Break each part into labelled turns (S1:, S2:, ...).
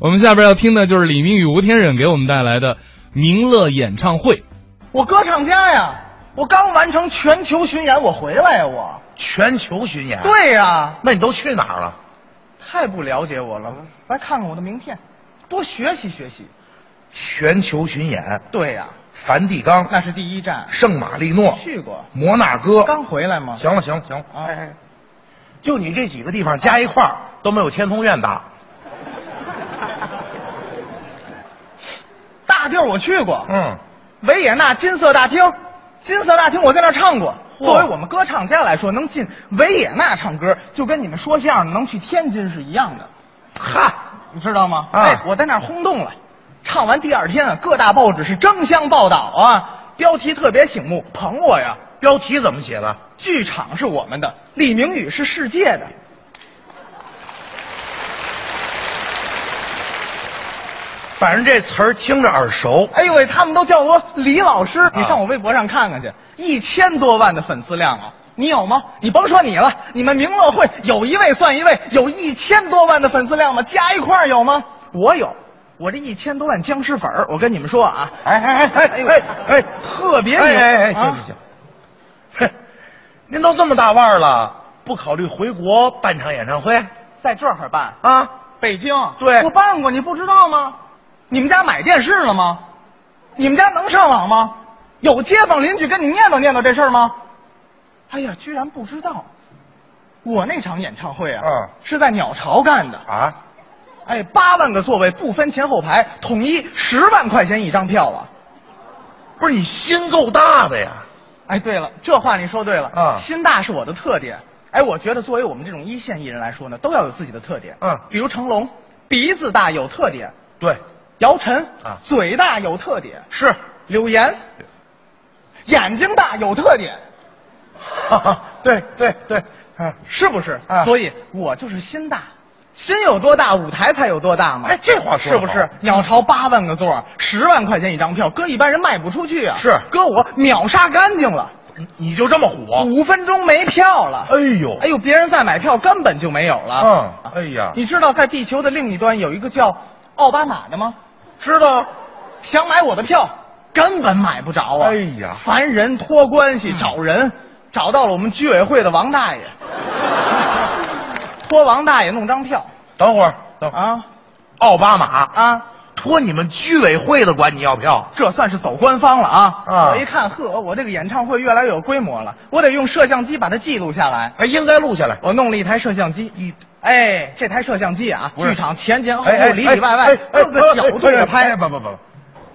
S1: 我们下边要听的就是李明与吴天忍给我们带来的明乐演唱会。
S2: 我歌唱家呀，我刚完成全球巡演，我回来呀，我。
S3: 全球巡演。，
S2: 对哎呀、
S3: 那你都去哪儿了？
S2: 太不了解我了。来看看我的名片，多学习学习。
S3: 全球巡演，
S2: 对呀、
S3: 梵蒂冈、
S2: 那是第一站，
S3: 圣马力诺、
S2: 去过，
S3: 摩纳哥。
S2: 刚回来嘛。
S3: 行了，行了，行了，
S2: 啊，哎，
S3: 就你这几个地方加一块儿都没有天通苑大。
S2: 大地儿我去过，
S3: 嗯，
S2: 维也纳金色大厅，金色大厅我在那儿唱过。
S3: 嚯
S2: 作为我们歌唱家来说，能进维也纳唱歌，就跟你们说相声能去天津是一样的，
S3: 哈，
S2: 你知道吗？
S3: 啊
S2: 哎，我在那儿轰动了，唱完第二天啊，各大报纸是争相报道啊，标题特别醒目，捧我呀。
S3: 标题怎么写的？
S2: 剧场是我们的，李明宇是世界的。
S3: 反正这词儿听着耳熟。
S2: 哎呦喂，他们都叫我李老师，你
S3: 啊
S2: 上我微博上看看去，一千多万的粉丝量啊！你有吗？你甭说你了，你们明乐会有一位算一位，有一千多万的粉丝量吗？加一块儿有吗？我有，我这一千多万僵尸粉儿，我跟你们说啊，
S3: 哎哎哎哎哎哎，
S2: 特别牛
S3: 哎哎哎，
S2: 啊
S3: 行 行行，哼，您都这么大腕儿了，不考虑回国办场演唱会
S2: 在这儿办，
S3: 啊？
S2: 北京
S3: 对
S2: 我办过，你不知道吗？你们家买电视了吗？你们家能上网吗？有街坊邻居跟你念叨念叨这事儿吗？哎呀，居然不知道！我那场演唱会啊，
S3: 嗯
S2: 是在鸟巢干的。
S3: 啊？
S2: 哎，八万个座位，不分前后排，统一十万块钱一张票啊！
S3: 不是你心够大的呀？
S2: 哎，对了，这话你说对了
S3: 啊
S2: 心大是我的特点。哎，我觉得作为我们这种一线艺人来说呢，都要有自己的特点。
S3: 嗯
S2: 比如成龙，鼻子大有特点，
S3: 对，
S2: 姚晨
S3: 啊
S2: 嘴大有特点，
S3: 是，
S2: 柳岩眼睛大有特点，
S3: 哈哈， 对对对，啊，
S2: 是不是？
S3: 啊
S2: 所以我就是心大，心有多大，舞台才有多大嘛。
S3: 哎这话说
S2: 是
S3: 得
S2: 不
S3: 好
S2: 是？鸟巢八万个座，十万块钱一张票，搁一般人卖不出去啊。
S3: 是
S2: 搁我秒杀干净了，
S3: 你你就这么火？
S2: 五分钟没票了。
S3: 哎呦，
S2: 哎呦，别人再买票根本就没有了。
S3: 嗯，哎呀，
S2: 你知道在地球的另一端有一个叫奥巴马的吗？
S3: 知道？
S2: 想买我的票，根本买不着啊！
S3: 哎呀嗯
S2: 烦人，托关系找人，找到了我们居委会的王大爷， 托王大爷弄张票
S3: 等会儿，等会儿，
S2: 啊
S3: 奥巴马
S2: 啊！
S3: 托你们居委会的管你要票，
S2: 这算是走官方了啊！
S3: 啊
S2: 我一看，呵，我这个演唱会越来越有规模了，我得用摄像机把它记录下来。
S3: 哎，应该录下来。
S2: 我弄了一台摄像机，
S3: 一
S2: 哎，这台摄像机啊，
S3: 不是
S2: 剧场前前后
S3: 哎哎
S2: 后、里里外外
S3: 哎哎
S2: 各个角度的
S3: 哎哎
S2: 拍
S3: 不不不不，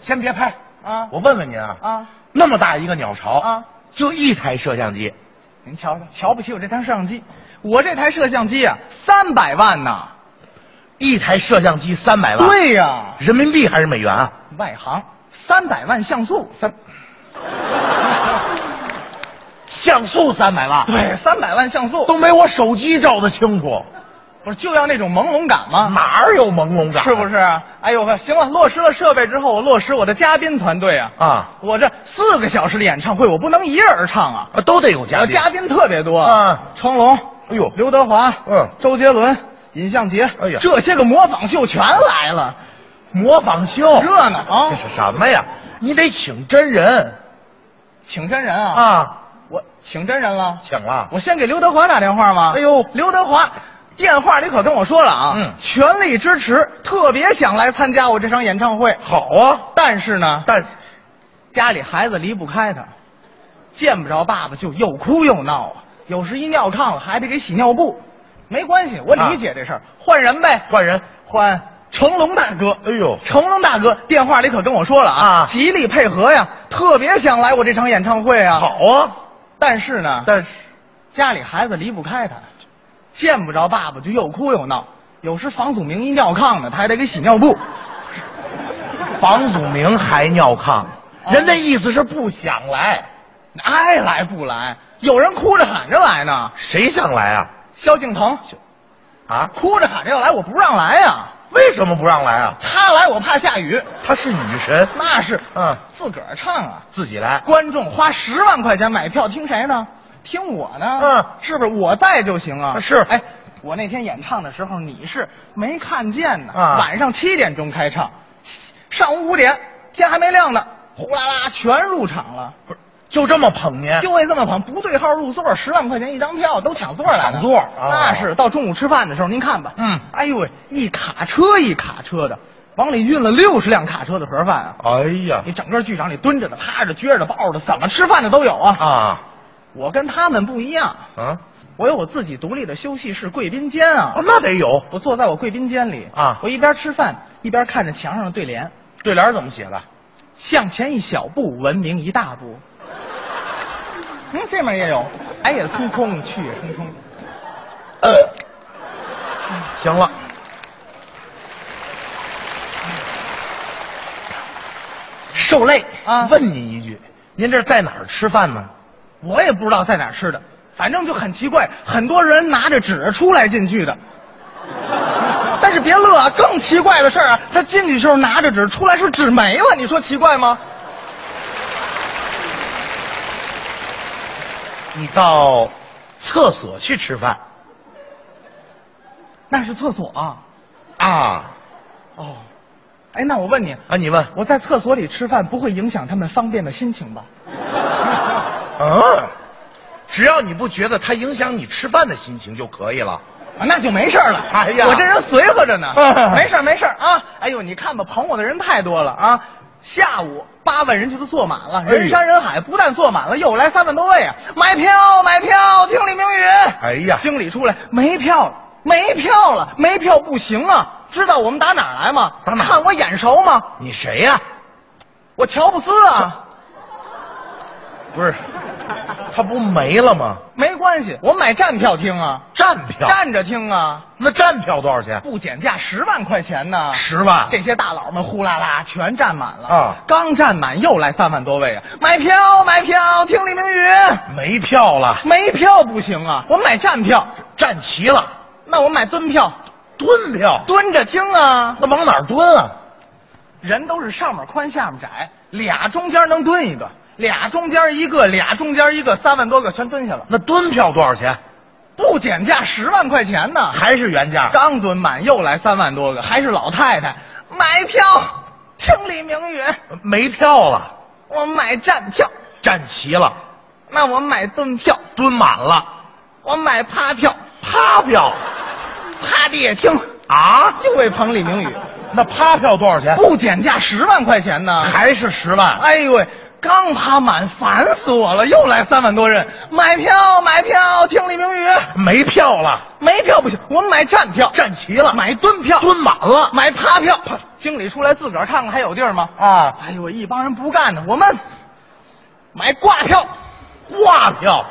S3: 先别拍。
S2: 啊
S3: 我问问您啊，
S2: 啊！
S3: 那么大一个鸟巢
S2: 啊，
S3: 就一台摄像机，
S2: 您瞧瞧，瞧不起我这台摄像机，我这台摄像机啊，三百万呐！
S3: 一台摄像机三百万，，
S2: 对呀、
S3: 人民币还是美元啊？
S2: 外行三百万像素，
S3: 三，像素三百万，
S2: 对，三百万像素
S3: 都没我手机照的清楚，
S2: 不是就要那种朦胧感吗？
S3: 哪儿有朦胧感？
S2: 啊是不是？哎呦呵，行了，落实了设备之后，我落实我的嘉宾团队啊，
S3: 啊？
S2: 我这四个小时的演唱会，我不能一人儿唱啊，
S3: 啊，都得有嘉
S2: 我
S3: 宾。
S2: 嘉宾特别多
S3: 啊
S2: 成龙，
S3: 哎呦
S2: 刘德华，
S3: 嗯
S2: 周杰伦。尹相杰，
S3: 哎呀
S2: 这些个模仿秀全来了，
S3: 模仿秀，
S2: 热闹啊
S3: 哦这是什么呀？你得请真人
S2: 请真人啊！
S3: 啊，
S2: 我请真人了，
S3: 请了。
S2: 我先给刘德华打电话吗？
S3: 哎呦
S2: 刘德华，电话里可跟我说了啊，
S3: 嗯
S2: 全力支持，特别想来参加我这场演唱会，
S3: 好啊，
S2: 但是呢，
S3: 但
S2: 家里孩子离不开他，见不着爸爸就又哭又闹啊，有时一尿炕了还得给洗尿布，没关系，我理解这事儿，换人呗，
S3: 啊换人，
S2: 换成龙大哥。
S3: 哎呦，
S2: 成龙大哥电话里可跟我说了啊，
S3: 啊
S2: 极力配合呀，特别想来我这场演唱会啊。
S3: 好啊，
S2: 但是呢，
S3: 但是
S2: 家里孩子离不开他，见不着爸爸就又哭又闹，有时房祖名一尿炕呢，他还得给洗尿布。
S3: 房祖名还尿炕，人那意思是不想来，
S2: 爱哎来不来，有人哭着喊着来呢。
S3: 谁想来啊？
S2: 萧敬腾
S3: 啊，
S2: 哭着喊着要来，我不让来呀、
S3: 为什么不让来啊？
S2: 他来我怕下雨，
S3: 他是女神，
S2: 那是
S3: 嗯，
S2: 自个儿唱啊。
S3: 自己来。
S2: 观众花十万块钱买票听谁呢？听我呢？
S3: 嗯
S2: 是不是我在就行啊？
S3: 是
S2: 哎，我那天演唱的时候你是没看见呢，
S3: 啊
S2: 晚上七点钟开唱，上午五点天还没亮呢，呼啦啦全入场了。
S3: 不是哎就这么捧您？
S2: 就会这么捧，不对号入座，十万块钱一张票，都抢座来了。
S3: 抢座啊
S2: 那是到中午吃饭的时候，您看吧，
S3: 嗯
S2: 哎呦喂，一卡车一卡车的，往里运了六十辆卡车的盒饭啊！
S3: 哎呀
S2: 你整个剧场里蹲着的、趴着的、撅着的、抱着的，怎么吃饭的都有啊！
S3: 啊
S2: 我跟他们不一样，
S3: 啊！
S2: 我有我自己独立的休息室、贵宾间啊。
S3: 哦，那得有
S2: 我坐在我贵宾间里
S3: 啊
S2: 我一边吃饭一边看着墙上的对联，
S3: 对联儿怎么写的？
S2: 向前一小步，文明一大步。嗯，这面也有，哎来也匆匆，去也匆匆。
S3: 呃行了，受累
S2: 啊
S3: 问您一句，您这是在哪儿吃饭呢？
S2: 我也不知道在哪儿吃的，反正就很奇怪，很多人拿着纸出来进去的。但是别乐啊，更奇怪的事儿啊，他进去时候拿着纸，出来时候纸没了，你说奇怪吗？
S3: 你到厕所去吃饭
S2: 那是厕所啊。
S3: 啊？
S2: 哦，哎，那我问你，
S3: 啊，你问，
S2: 我在厕所里吃饭不会影响他们方便的心情吧？
S3: 嗯，只要你不觉得它影响你吃饭的心情就可以了。
S2: 啊，那就没事儿了。
S3: 哎呀，
S2: 我这人随和着呢没事儿没事儿啊。哎呦，你看吧，捧我的人太多了啊。下午八万人就都坐满了，
S3: 哎呦
S2: 人山人海，不但坐满了，又来三万多位啊！买票买票，听李明宇。
S3: 哎呀
S2: 经理出来，没票了，没票了，没票不行啊！知道我们打哪儿来吗？
S3: 打哪儿
S2: 看我眼熟吗？
S3: 你谁呀、
S2: 我乔布斯啊。
S3: 不 是，他不没了吗？
S2: 没关系，我买站票听啊，
S3: 站票，
S2: 站着听啊，
S3: 那站票多少钱？
S2: 不减价十万块钱呢。
S3: 十万。
S2: 这些大佬们呼啦啦全站满了
S3: 啊
S2: 刚站满又来三万多位啊！买票买票，听李明宇，
S3: 没票了，
S2: 没票不行啊！我买站票，
S3: 站齐了，
S2: 那我买蹲票，
S3: 蹲票，
S2: 蹲着听啊！
S3: 那往哪儿蹲啊？
S2: 人都是上面宽下面窄，俩中间能蹲一个，俩中间一个，俩中间一个，三万多个全蹲下了，
S3: 那蹲票多少钱？
S2: 不减价十万块钱呢！
S3: 还是原价？
S2: 刚蹲满又来三万多个，还是老太太，买票，听李明宇，
S3: 没票了，
S2: 我买站票，
S3: 站齐了，
S2: 那我买蹲票。
S3: 蹲满了，
S2: 我买趴票，
S3: 趴票
S2: 趴的也听，
S3: 啊？
S2: 就为捧李明宇，
S3: 那趴票多少钱？
S2: 不减价十万块钱呢。
S3: 还是十万？
S2: 哎呦喂，刚趴满，烦死我了，又来三万多人，买票买票，听李明宇，
S3: 没票了，
S2: 没票不行，我买站票，
S3: 站齐了，
S2: 买蹲票，
S3: 蹲满了
S2: 买趴票。啪经理出来自个儿看看还有地儿吗？
S3: 啊？
S2: 哎呦喂，一帮人不干呢，我们买挂票，
S3: 挂票？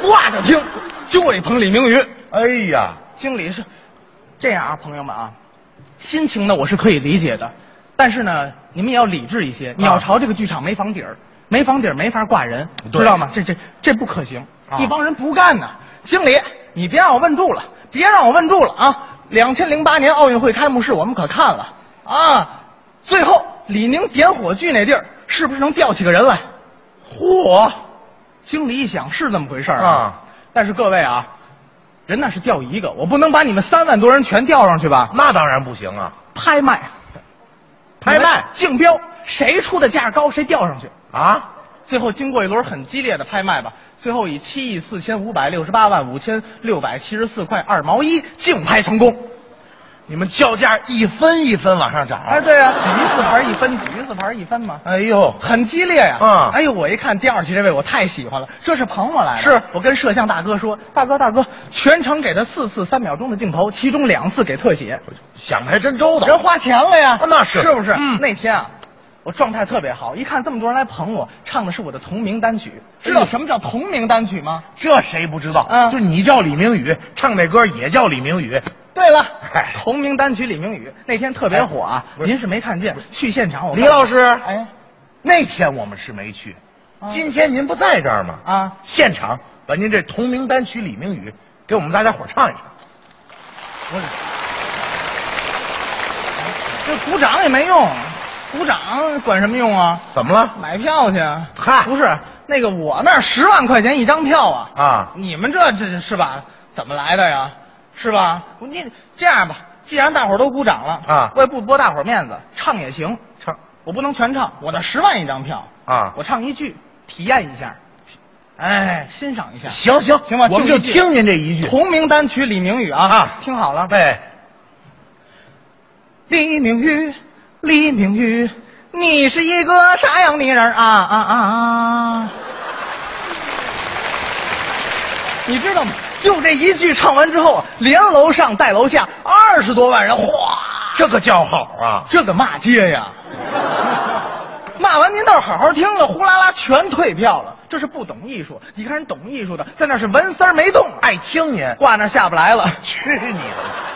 S2: 挂着听，就为捧李明宇。
S3: 哎呀，
S2: 经理是这样啊，朋友们啊，心情呢我是可以理解的，但是呢，你们也要理智一
S3: 啊
S2: 些，鸟巢这个剧场没房底儿，没房底儿没法挂人，
S3: 对
S2: 知道吗？这这这不可行，
S3: 啊
S2: 一帮人不干呢。经理，你别让我问住了，别让我问住了啊！两千零八年奥运会开幕式我们可看了啊，最后李宁点火炬那地儿是不是能吊起个人来？嚯！经理一想是这么回事儿
S3: 啊
S2: 但是各位啊，人那是掉一个，我不能把你们三万多人全调上去吧？
S3: 那当然不行啊！
S2: 拍卖，
S3: 拍卖
S2: 竞标，谁出的价高谁调上去。
S3: 啊？
S2: 最后经过一轮很激烈的拍卖吧，最后以七亿四千五百六十八万五千六百七十四块二毛一竞拍成功。
S3: 你们叫价一分一分往上涨。
S2: 哎，对啊，举字牌一分，举字牌一分嘛，
S3: 哎呦，
S2: 很激烈呀、
S3: 嗯
S2: 哎呦，我一看第二期这位我太喜欢了，这是捧我来的。
S3: 是
S2: 我跟摄像大哥说，大哥大哥，全程给他四次三秒钟的镜头，其中两次给特写。
S3: 想的还真周到。
S2: 人花钱了呀
S3: 啊，那是
S2: 是不是？
S3: 嗯
S2: 那天啊，我状态特别好，一看这么多人来捧我，唱的是我的同名单曲。知道什么叫同名单曲吗？
S3: 这谁不知道？
S2: 嗯
S3: 就是你叫李明宇，唱那歌也叫李明宇。
S2: 对了
S3: 嗨，
S2: 同名单曲李明宇那天特别火啊
S3: 哎，不是
S2: 您是没看见？去现场我
S3: 李老师，
S2: 哎
S3: 那天我们是没去，
S2: 啊
S3: 今天您不在这儿吗？
S2: 啊，
S3: 现场把您这同名单曲《李明宇》给我们大家伙儿唱一唱。
S2: 不是，这鼓掌也没用，鼓掌管什么用啊？
S3: 怎么了？
S2: 买票去啊！
S3: 嗨
S2: 不是那个我那儿十万块钱一张票啊！
S3: 啊
S2: 你们这这是吧？怎么来的呀？是吧？你这样吧，既然大伙儿都鼓掌了
S3: 啊
S2: 我也不驳大伙儿面子，唱也行，
S3: 唱
S2: 我不能全唱，我那十万一张票
S3: 啊
S2: 我唱一句，体验一下，哎，欣赏一下。
S3: 行行
S2: 行吧
S3: 我们就
S2: 就一句
S3: 听您这一句。
S2: 同名单曲李明宇啊，
S3: 啊
S2: 听好了，
S3: 哎，
S2: 李明宇，李明宇，你是一个啥样的人儿啊啊啊啊！你知道吗？就这一句唱完之后啊，连楼上带楼下二十多万人，哗，
S3: 这个叫好啊！
S2: 这个骂街呀！骂完您倒是好好听了，呼啦啦全退票了，这是不懂艺术。你看人懂艺术的，在那是纹丝儿没动，哎，
S3: 爱听您，
S2: 挂那儿下不来了。
S3: 去你的！